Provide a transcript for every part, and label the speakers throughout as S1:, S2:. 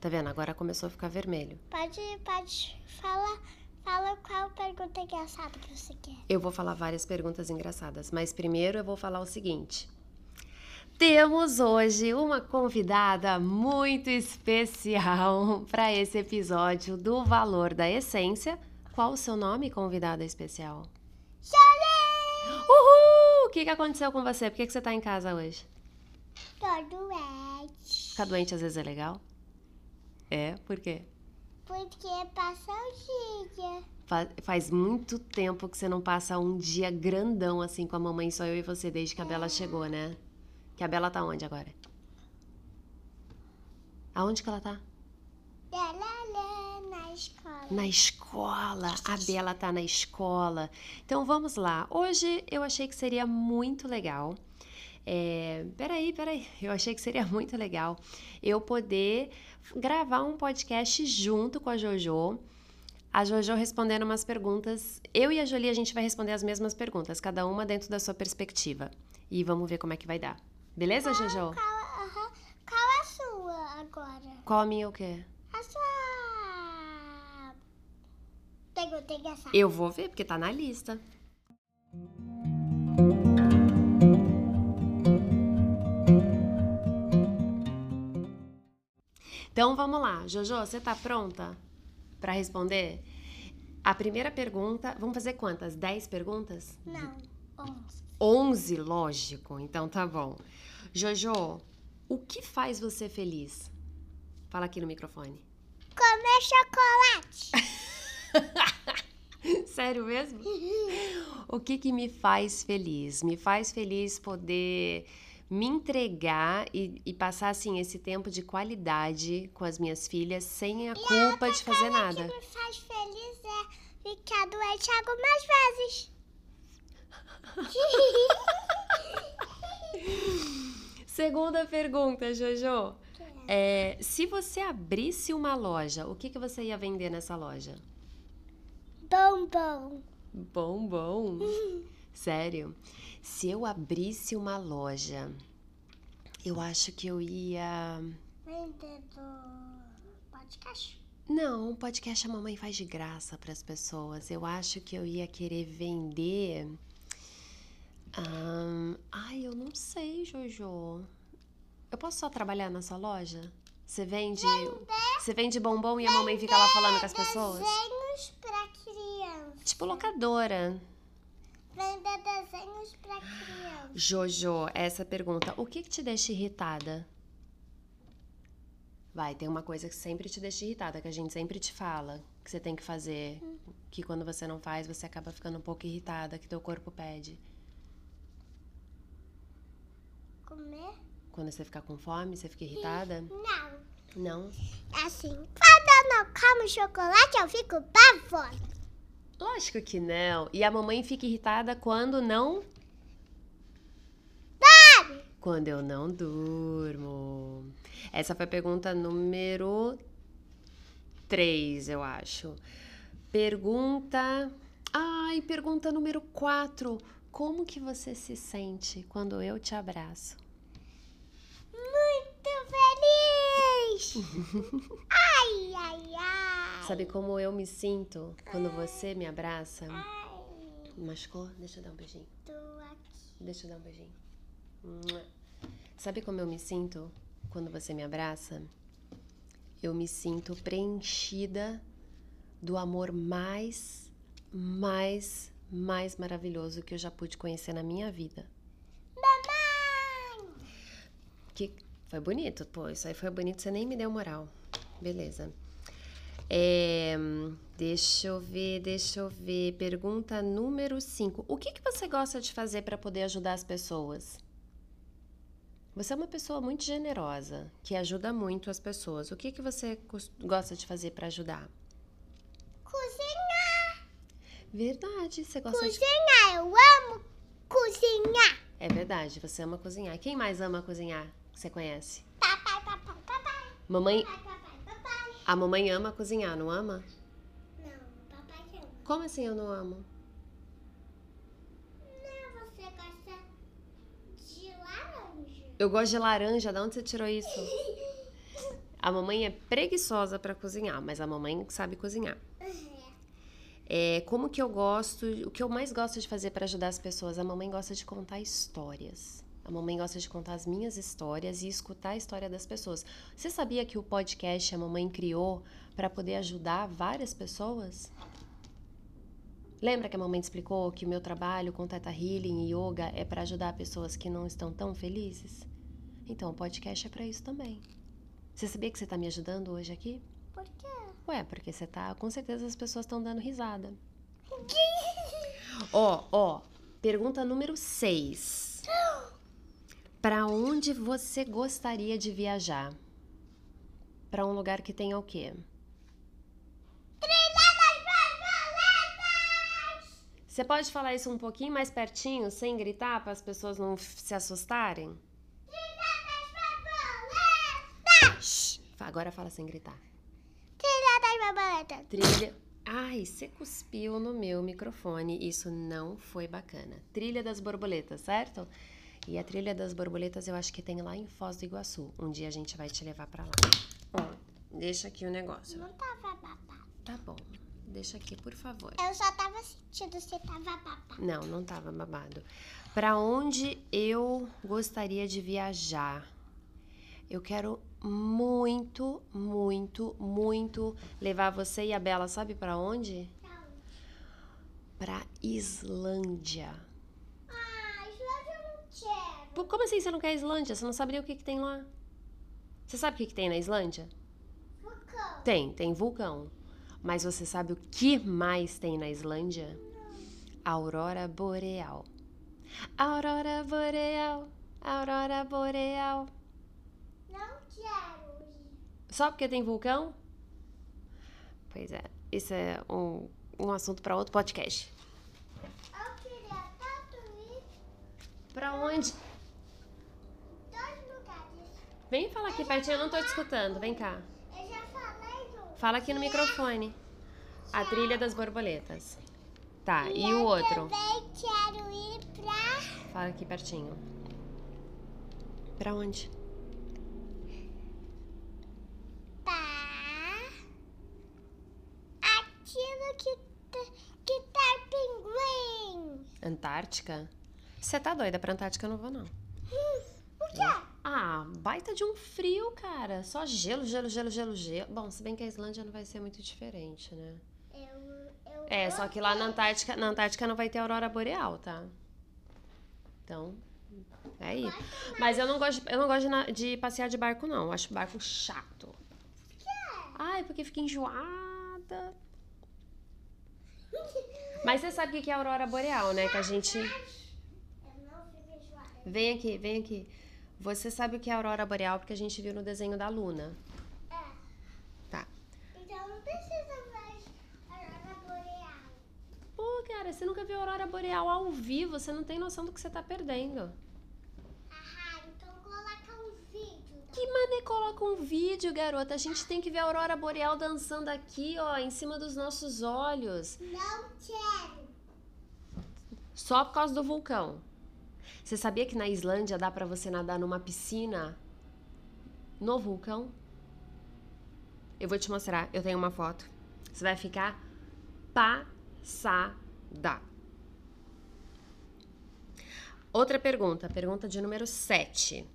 S1: Tá vendo? Agora começou a ficar vermelho.
S2: Pode, pode falar. Fala qual pergunta engraçada que você quer.
S1: Eu vou falar várias perguntas engraçadas, mas primeiro eu vou falar o seguinte. Temos hoje uma convidada muito especial para esse episódio do Valor da Essência. Qual o seu nome, convidada especial?
S2: Chorei!
S1: Uhul! O que, que aconteceu com você? Por que, que você tá em casa hoje?
S2: Tô doente.
S1: Ficar doente às vezes é legal? É? Por quê?
S2: Porque passa o dia.
S1: Fa- Faz muito tempo que você não passa um dia grandão assim com a mamãe, só eu e você, desde que a Bela chegou, né? Que a Bela tá onde agora? Aonde que ela tá?
S2: Lá, lá, lá, na escola.
S1: Na escola. A Bela tá na escola. Então vamos lá. Hoje eu achei que seria muito legal. É, peraí, peraí. Eu achei que seria muito legal eu poder gravar um podcast junto com a JoJo. A JoJo respondendo umas perguntas. Eu e a Jolie, a gente vai responder as mesmas perguntas, cada uma dentro da sua perspectiva. E vamos ver como é que vai dar. Beleza, JoJo?
S2: Qual, aham, qual a sua agora?
S1: Qual a minha o quê?
S2: A sua. Pergunta engraçada.
S1: Eu vou ver, porque tá na lista. Então vamos lá, Jojo, você tá pronta pra responder? A primeira pergunta, vamos fazer quantas? 10 perguntas?
S2: Não, onze.
S1: 11, lógico. Então tá bom. Jojo, o que faz você feliz? Fala aqui no microfone.
S2: Comer chocolate.
S1: Sério mesmo? O que que me faz feliz? Me faz feliz poder me entregar e, e passar assim esse tempo de qualidade com as minhas filhas sem a culpa de fazer
S2: O que
S1: nada.
S2: me faz feliz é ficar doente algumas vezes.
S1: Segunda pergunta, Jojo. É, se você abrisse uma loja, o que que você ia vender nessa loja?
S2: Bombom.
S1: Bom, bom. Sério? Se eu abrisse uma loja, eu acho que eu ia
S2: Vender do podcast.
S1: Não, um podcast a mamãe faz de graça para as pessoas. Eu acho que eu ia querer vender. ahn, Ai, eu não sei, Jojo. Eu posso só trabalhar na sua loja? Você vende. Você vende bombom e a mamãe fica lá falando com as pessoas?
S2: Desenhos pra criança.
S1: Tipo locadora.
S2: Vender desenhos pra criança.
S1: Jojo, essa pergunta. O que, que te deixa irritada? Vai, tem uma coisa que sempre te deixa irritada, que a gente sempre te fala, que você tem que fazer, que quando você não faz, você acaba ficando um pouco irritada, que teu corpo pede.
S2: Comer?
S1: Quando você ficar com fome, você fica irritada?
S2: Não.
S1: Não?
S2: Assim, quando eu não como chocolate, eu fico bavosa.
S1: Lógico que não. E a mamãe fica irritada quando não. Quando eu não durmo. Essa foi a pergunta número 3, eu acho. Pergunta. Ai, pergunta número 4. Como que você se sente quando eu te abraço?
S2: Muito feliz! ai, ai, ai.
S1: Sabe como eu me sinto quando você me abraça?
S2: Ai,
S1: Machucou? Deixa eu dar um beijinho.
S2: tô aqui.
S1: Deixa eu dar um beijinho. Mua. Sabe como eu me sinto quando você me abraça? Eu me sinto preenchida do amor mais, mais, mais maravilhoso que eu já pude conhecer na minha vida.
S2: Mamãe!
S1: Que foi bonito, pô. Isso aí foi bonito, você nem me deu moral. Beleza. É, deixa eu ver, deixa eu ver. Pergunta número 5. O que, que você gosta de fazer para poder ajudar as pessoas? Você é uma pessoa muito generosa, que ajuda muito as pessoas. O que, que você cos- gosta de fazer para ajudar?
S2: Cozinhar!
S1: Verdade, você gosta de.
S2: Cozinhar, eu amo cozinhar!
S1: É verdade, você ama cozinhar. Quem mais ama cozinhar que você conhece?
S2: Papai, papai, papai!
S1: Mamãe.
S2: Papai, papai, papai!
S1: A mamãe ama cozinhar, não ama?
S2: Não, papai não.
S1: Como assim eu não amo?
S2: Não, você gosta de laranja.
S1: Eu gosto de laranja, de onde você tirou isso? A mamãe é preguiçosa para cozinhar, mas a mamãe sabe cozinhar. É, como que eu gosto, o que eu mais gosto de fazer para ajudar as pessoas? A mamãe gosta de contar histórias. A mamãe gosta de contar as minhas histórias e escutar a história das pessoas. Você sabia que o podcast a mamãe criou para poder ajudar várias pessoas? Lembra que a mamãe te explicou que o meu trabalho com Teta Healing e Yoga é para ajudar pessoas que não estão tão felizes? Então, o podcast é para isso também. Você sabia que você está me ajudando hoje aqui?
S2: Por quê?
S1: Ué, porque você tá. Com certeza as pessoas estão dando risada. Ó, ó. Pergunta número 6. Pra onde você gostaria de viajar? Pra um lugar que tenha o quê? Você pode falar isso um pouquinho mais pertinho, sem gritar, para as pessoas não f- se assustarem? Shhh. Agora fala sem gritar.
S2: Trilha das borboletas.
S1: Trilha. Ai, você cuspiu no meu microfone. Isso não foi bacana. Trilha das borboletas, certo? E a trilha das borboletas eu acho que tem lá em Foz do Iguaçu. Um dia a gente vai te levar pra lá. Ó, deixa aqui o negócio.
S2: Não tava babado.
S1: Tá bom. Deixa aqui, por favor.
S2: Eu só tava sentindo se tava babado.
S1: Não, não tava babado. Pra onde eu gostaria de viajar? Eu quero muito, muito, muito levar você e a Bela, sabe pra onde? Pra Islândia.
S2: Ah, Islândia eu não quero.
S1: Pô, Como assim você não quer a Islândia? Você não sabe nem o que, que tem lá. Você sabe o que, que tem na Islândia?
S2: Vulcão.
S1: Tem, tem vulcão. Mas você sabe o que mais tem na Islândia? Aurora boreal. Aurora boreal, aurora boreal.
S2: Não quero ir.
S1: Só porque tem vulcão? Pois é, isso é um, um assunto para outro podcast.
S2: Eu queria tanto ir
S1: Pra onde?
S2: em dois lugares.
S1: Vem falar aqui pertinho, eu não tô te escutando. Vem cá.
S2: Eu já falei do...
S1: Fala aqui no microfone. A trilha das borboletas. Tá, e o outro?
S2: Também quero ir pra...
S1: Fala aqui pertinho. Pra onde?
S2: pra... Aquilo que, te- que tem pinguim.
S1: Antártica? Você tá doida pra Antártica? Eu não vou, não.
S2: O quê?
S1: Ah, baita de um frio, cara. Só gelo, gelo, gelo, gelo, gelo. Bom, se bem que a Islândia não vai ser muito diferente, né?
S2: Eu, eu
S1: É, só que lá na Antártica, na Antártica não vai ter aurora boreal, tá? Então, é aí. Mas eu não gosto, de- eu não gosto de, na- de passear de barco, não. Eu acho barco chato. Por quê? Ai, porque fica enjoada. Mas você sabe o que que é aurora boreal, né? Que a gente...
S2: Eu não fico enjoada.
S1: Vem aqui, vem aqui. Você sabe o que é aurora boreal porque a gente viu no desenho da Luna.
S2: É,
S1: Tá.
S2: então não precisa mais aurora boreal.
S1: Pô, cara, você nunca viu aurora boreal ao vivo, você não tem noção do que você tá perdendo.
S2: Ah, então coloca um vídeo.
S1: Que mané coloca um vídeo, garota. A gente tem que ver a aurora boreal dançando aqui, ó, em cima dos nossos olhos.
S2: Não quero.
S1: Só por causa do vulcão. Você sabia que na Islândia dá pra você nadar numa piscina no vulcão? Eu vou te mostrar, eu tenho uma foto. Você vai ficar passada. Outra pergunta, pergunta de número 7.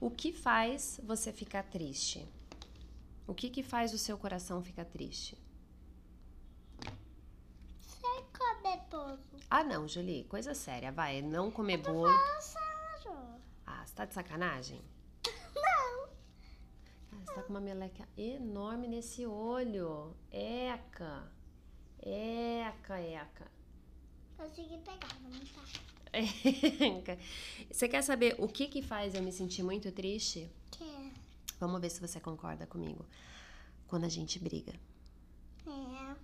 S1: O que faz você ficar triste? O que que faz o seu coração ficar triste?
S2: Sem comer bolo.
S1: Ah, não, Julie, coisa séria, vai, é não comer bolo.
S2: Não, Sara.
S1: Ah, você tá de sacanagem?
S2: Não.
S1: Cara, você tá com uma meleca enorme nesse olho. Eca. Eca, eca.
S2: Consegui pegar, vamos lá.
S1: Eca. Você quer saber o que que faz eu me sentir muito triste?
S2: Que é,
S1: Vamos ver se você concorda comigo. Quando a gente briga.
S2: é...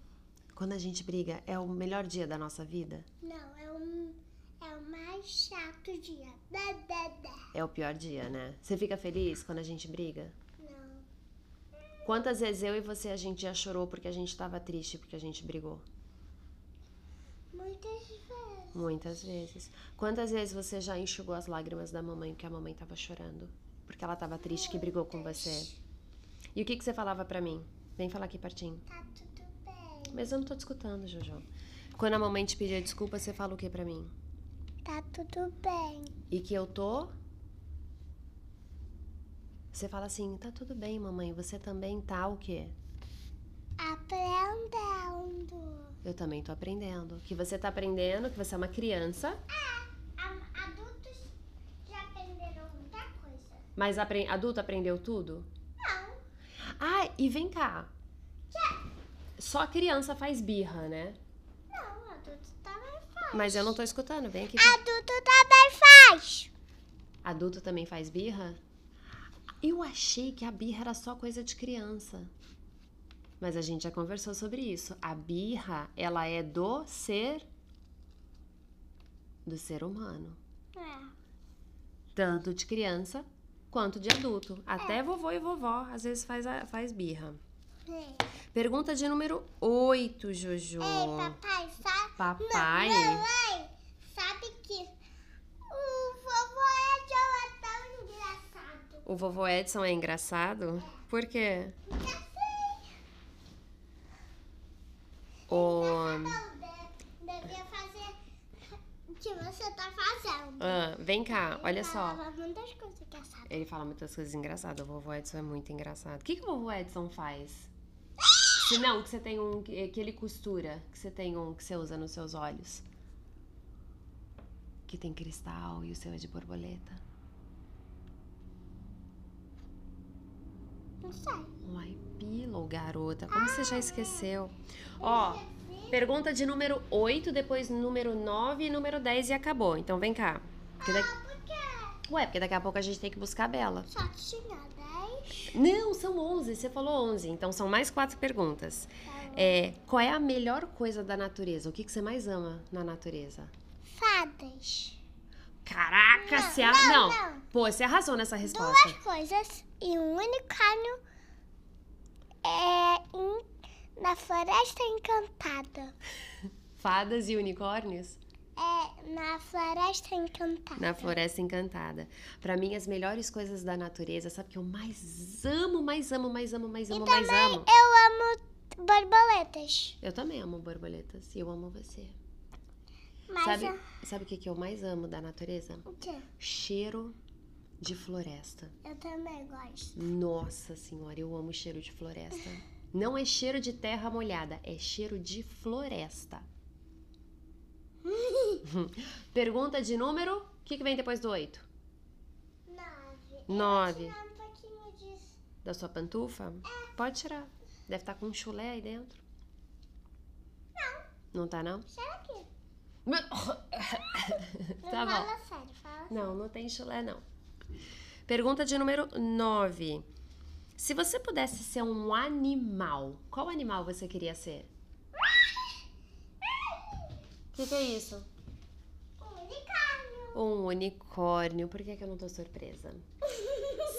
S1: Quando a gente briga é o melhor dia da nossa vida?
S2: Não, é um... É o mais chato dia. Dá, dá, dá.
S1: É o pior dia, né? Você fica feliz quando a gente briga?
S2: Não.
S1: Quantas vezes eu e você a gente já chorou porque a gente tava triste porque a gente brigou?
S2: Muitas vezes.
S1: Muitas vezes. Quantas vezes você já enxugou as lágrimas da mamãe porque a mamãe tava chorando? Porque ela tava triste que brigou com você. E o que, que você falava pra mim? Vem falar aqui pertinho.
S2: Tá tudo bem.
S1: Mas eu não tô te escutando, Jojo. Quando a mamãe te pedia desculpa, você fala o que pra mim?
S2: Tá tudo bem.
S1: E que eu tô. Você fala assim, tá tudo bem, mamãe. Você também tá o quê?
S2: Aprendendo.
S1: Eu também tô aprendendo. Que você tá aprendendo, que você é uma criança,
S2: A- Adultos já aprenderam muita coisa.
S1: mas apre... adulto aprendeu tudo?
S2: Não.
S1: Ah, e vem cá. Só criança faz birra, né?
S2: Não, adulto também faz.
S1: Mas eu não tô escutando, vem aqui.
S2: Adulto tá também faz.
S1: Adulto também faz birra? Eu achei que a birra era só coisa de criança. Mas a gente já conversou sobre isso. A birra, ela é do ser do ser humano,
S2: É.
S1: tanto de criança quanto de adulto. Até vovô e vovó às vezes faz, a- faz birra.
S2: Ei,
S1: Pergunta de número 8, Jojo.
S2: É, papai, sabe?
S1: Papai?
S2: Mamãe, sabe que o vovô é tão engraçado.
S1: O vovô Edson é engraçado? Por quê?
S2: Já sei.
S1: O
S2: Não, de- devia fazer o que você tá fazendo.
S1: Ah, vem cá, olha
S2: Ele
S1: só.
S2: falava muitas coisas engraçadas.
S1: Ele fala muitas coisas engraçadas. O vovô Edson é muito engraçado. O que, que o vovô Edson faz? Se não, que você tem um. Que que ele costura. Que você tem um que você usa nos seus olhos. Que tem cristal e o seu é de borboleta.
S2: Não sei.
S1: Um eye-pillow, garota. Como você já esqueceu? Ó, pergunta de número 8, depois número 9 e número 10 e acabou. Então vem cá. Porque da-
S2: Ah, por quê?
S1: Ué, porque daqui a pouco a gente tem que buscar a Bela.
S2: Só tinha 10.
S1: Não, são 11. Você falou 11. Então são mais quatro perguntas. É, qual é a melhor coisa da natureza? O que, que você mais ama na natureza?
S2: Fadas.
S1: Caraca,
S2: Não,
S1: você a... não,
S2: não, não.
S1: Pô, você arrasou nessa
S2: Duas
S1: resposta.
S2: coisas e um unicórnio é em- na floresta encantada.
S1: Fadas e unicórnios
S2: É na floresta encantada.
S1: na Floresta Encantada. Pra mim, as melhores coisas da natureza, sabe que eu mais amo, mais amo, mais amo, mais amo, mais amo.
S2: Eu amo borboletas.
S1: Eu também amo borboletas e eu amo você.
S2: Mas
S1: sabe,
S2: eu-
S1: sabe o que, que eu mais amo da natureza?
S2: o quê?
S1: Cheiro de floresta.
S2: Eu também gosto.
S1: Nossa senhora, eu amo cheiro de floresta. Não é cheiro de terra molhada, é cheiro de floresta. Pergunta de número. O que, que vem depois do 8?
S2: Nove.
S1: Nove.
S2: Eu vou tirar um pouquinho disso.
S1: Da sua pantufa? Pode tirar. Deve estar com um chulé aí dentro. Não. Não tá, não?
S2: Será que? Não
S1: tá bom.
S2: fala sério, fala
S1: Não, não tem chulé, não. Pergunta de número 9. Se você pudesse ser um animal, qual animal você queria ser? O que, que é isso?
S2: sério. Unicórnio.
S1: Um unicórnio. Por que, que eu não tô surpresa?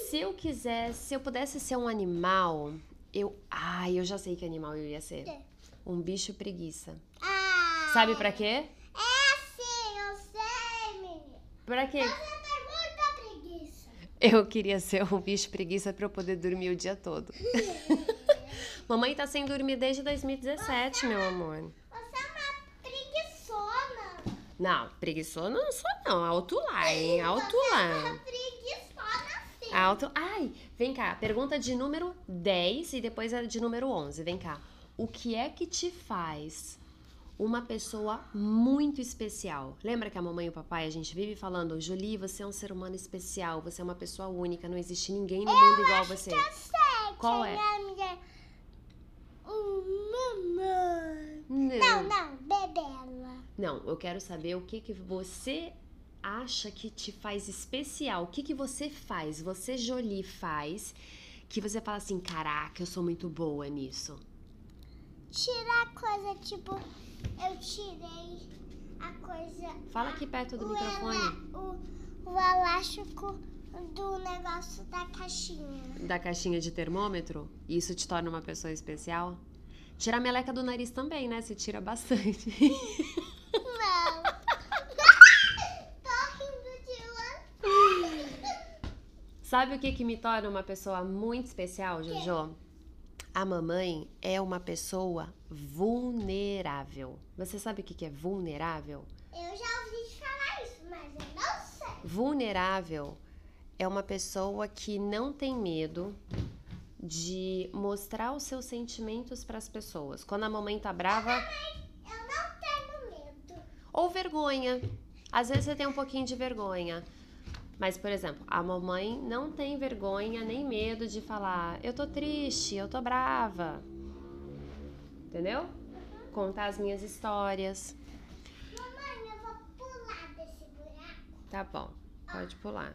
S1: Se eu quisesse, se eu pudesse ser um animal, eu. Ai, eu já sei que animal eu ia ser.
S2: Quê?
S1: Um bicho preguiça.
S2: Ah!
S1: Sabe pra quê?
S2: É sim, eu sei, menino.
S1: Pra quê?
S2: Você tem muita é preguiça.
S1: Eu queria ser um bicho preguiça pra eu poder dormir o dia todo. Mamãe tá sem dormir desde 2017, meu amor.
S2: Você é uma preguiçona.
S1: Não, preguiçona não sou não. Alto lá, hein? Alto Ah,
S2: Você é
S1: lá.
S2: uma preguiçona sim.
S1: Alto. Ai, vem cá. Pergunta de número 10 e depois a de número 11. Vem cá. O que é que te faz uma pessoa muito especial? Lembra que a mamãe e o papai a gente vive falando, Julie, você é um ser humano especial, você é uma pessoa única, não existe ninguém no mundo igual a você.
S2: Eu é sei
S1: Qual
S2: quem
S1: é?
S2: é a minha... O mamãe. Não,
S1: Não.
S2: não, bebela.
S1: Não, eu quero saber o que que você acha que te faz especial. O que que você faz? Você Jolie faz que você fala assim, caraca, eu sou muito boa nisso.
S2: Tirar coisa, tipo, eu tirei a coisa
S1: Fala aqui perto do
S2: O
S1: microfone.
S2: ela- O, o elástico do negócio da caixinha.
S1: Da caixinha de termômetro. Isso te torna uma pessoa especial? Tira a meleca do nariz também, né? Você tira bastante.
S2: Não. Tô rindo de você.
S1: Sabe o que, que me torna uma pessoa muito especial, Jojo? A mamãe é uma pessoa vulnerável. Você sabe o que, que é vulnerável?
S2: Eu já ouvi falar isso, mas eu não sei.
S1: Vulnerável é uma pessoa que não tem medo de mostrar os seus sentimentos para as pessoas. Quando a mamãe tá brava,
S2: Eu não tenho medo.
S1: ou vergonha. Às vezes você tem um pouquinho de vergonha. Mas, por exemplo, a mamãe não tem vergonha nem medo de falar: eu tô triste, eu tô brava. Entendeu? Contar as minhas histórias.
S2: Mamãe, eu vou pular desse buraco.
S1: Tá bom, pode pular.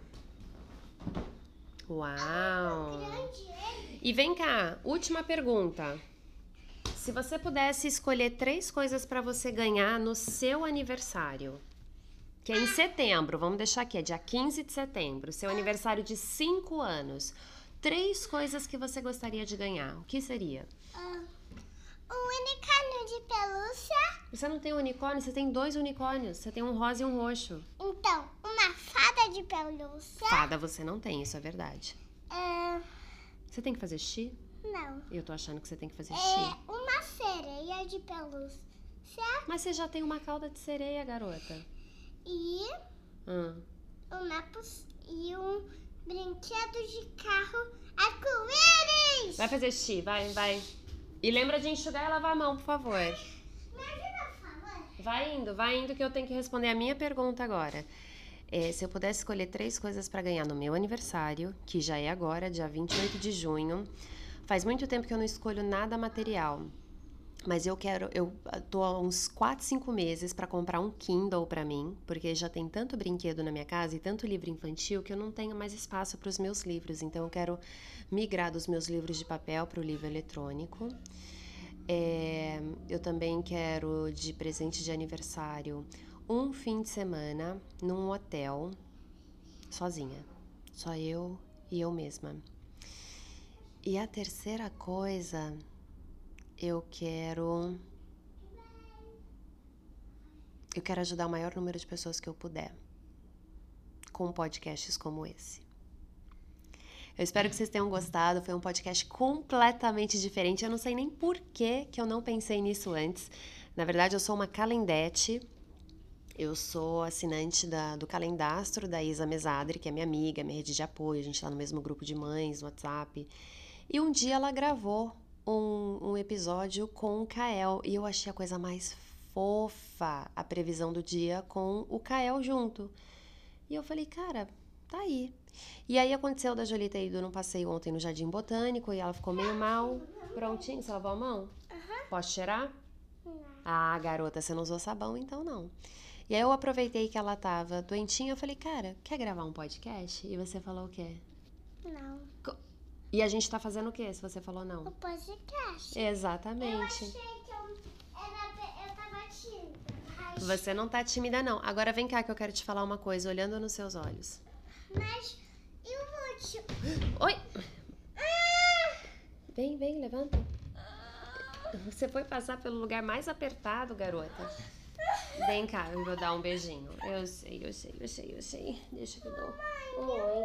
S1: Uau!
S2: Grande ele.
S1: E vem cá, última pergunta. Se você pudesse escolher três coisas pra você ganhar no seu aniversário, que é em setembro, vamos deixar aqui, é dia 15 de setembro, seu aniversário de 5 anos. Três coisas que você gostaria de ganhar, o que seria?
S2: Um unicórnio de pelúcia.
S1: Você não tem um unicórnio, você tem dois unicórnios, você tem um rosa e um roxo.
S2: Então, uma fada de pelúcia.
S1: Fada você não tem, isso é verdade.
S2: Ah,
S1: Você tem que fazer xixi?
S2: não.
S1: Eu tô achando que você tem que fazer xixi.
S2: É uma sereia de pelúcia
S1: Mas você já tem uma cauda de sereia, garota.
S2: e
S1: Hum.
S2: uma pus- e um brinquedo de carro arco-íris.
S1: Vai fazer xixi, vai, vai. E lembra de enxugar e lavar a mão, por favor.
S2: Me ajuda, por favor.
S1: Vai indo, vai indo que eu tenho que responder a minha pergunta agora. É, se eu pudesse escolher três coisas pra ganhar no meu aniversário, que já é agora, dia 28 de junho. Faz muito tempo que eu não escolho nada material. Mas eu quero, eu ah, tô há uns 4, 5 meses pra comprar um Kindle pra mim, porque já tem tanto brinquedo na minha casa e tanto livro infantil que eu não tenho mais espaço para os meus livros. Então eu quero migrar dos meus livros de papel para o livro eletrônico. É, eu também quero de presente de aniversário um fim de semana num hotel sozinha, só eu e eu mesma. E a terceira coisa, eu quero eu quero ajudar o maior número de pessoas que eu puder com podcasts como esse. Eu espero que vocês tenham gostado. Foi um podcast completamente diferente. Eu não sei nem por que, que eu não pensei nisso antes. Na verdade, eu sou uma calendete. Eu sou assinante da- do calendastro da Isa Mesadri, que é minha amiga, minha rede de apoio. A gente está no mesmo grupo de mães, no WhatsApp. E um dia ela gravou um, um episódio com o Kael. E eu achei a coisa mais fofa a previsão do dia com o Kael junto. E eu falei, cara, tá aí. E aí aconteceu da Jolita ir num passeio ontem no Jardim Botânico e ela ficou meio mal. Prontinho, você lavou a mão? Posso cheirar? Ah, garota, você não usou sabão, então não. E aí eu aproveitei que ela tava doentinha, eu falei, cara, quer gravar um podcast? E você falou o quê?
S2: Não,
S1: E a gente tá fazendo o quê se você falou não?
S2: o podcast. Eu
S1: Exatamente.
S2: achei que eu, era, be- eu tava tímida. Mas,
S1: Você não tá tímida, não. Agora vem cá que eu quero te falar uma coisa, olhando nos seus olhos.
S2: mas e o último?
S1: Oi! Vem, vem, levanta. Você foi passar pelo lugar mais apertado, garota. Vem cá, eu vou dar um beijinho. Eu sei, eu sei, eu sei, eu sei. Deixa que eu dou. Oi.
S2: O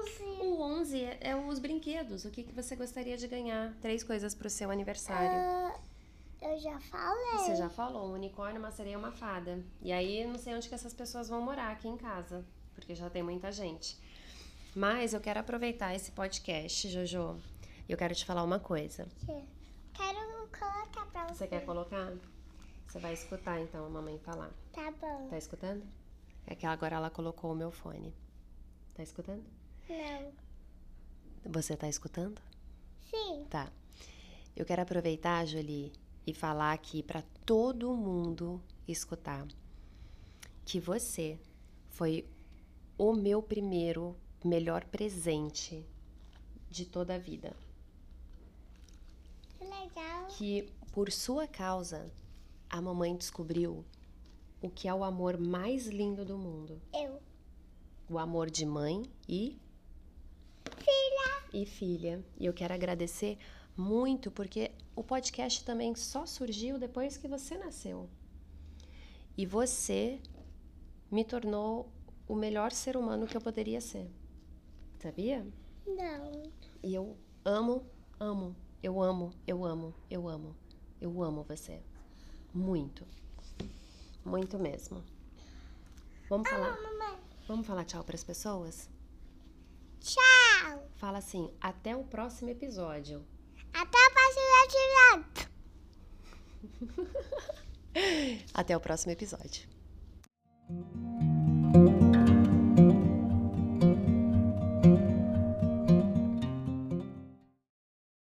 S2: 11.
S1: O 11 é, é os brinquedos. O que, que você gostaria de ganhar? Três coisas pro seu aniversário.
S2: Ah, eu já falei.
S1: Você já falou, um unicórnio, uma sereia e uma fada. E aí, eu não sei onde que essas pessoas vão morar aqui em casa, porque já tem muita gente. Mas eu quero aproveitar esse podcast, Jojo. E eu quero te falar uma coisa.
S2: Que- Quero colocar pra você.
S1: Você quer colocar? Você vai escutar então a mamãe falar.
S2: Tá bom.
S1: Tá escutando? É que agora ela colocou o meu fone. Tá escutando?
S2: Não.
S1: Você tá escutando?
S2: Sim.
S1: Tá. Eu quero aproveitar, Jolie, e falar aqui pra todo mundo escutar que você foi o meu primeiro melhor presente de toda a vida.
S2: Que legal.
S1: que por sua causa a mamãe descobriu o que é o amor mais lindo do mundo,
S2: Eu.
S1: o amor de mãe e
S2: Filha.
S1: e filha. E eu quero agradecer muito porque o podcast também só surgiu depois que você nasceu. E você me tornou o melhor ser humano que eu poderia ser. sabia?
S2: Não.
S1: E eu amo, amo, eu amo, eu amo, eu amo, eu amo você. Muito. Muito mesmo. Vamos falar,
S2: Tá Mamãe,
S1: vamos falar tchau pras pessoas?
S2: tchau.
S1: Fala assim, até o próximo episódio.
S2: Até a próxima atividade.
S1: Até o próximo episódio.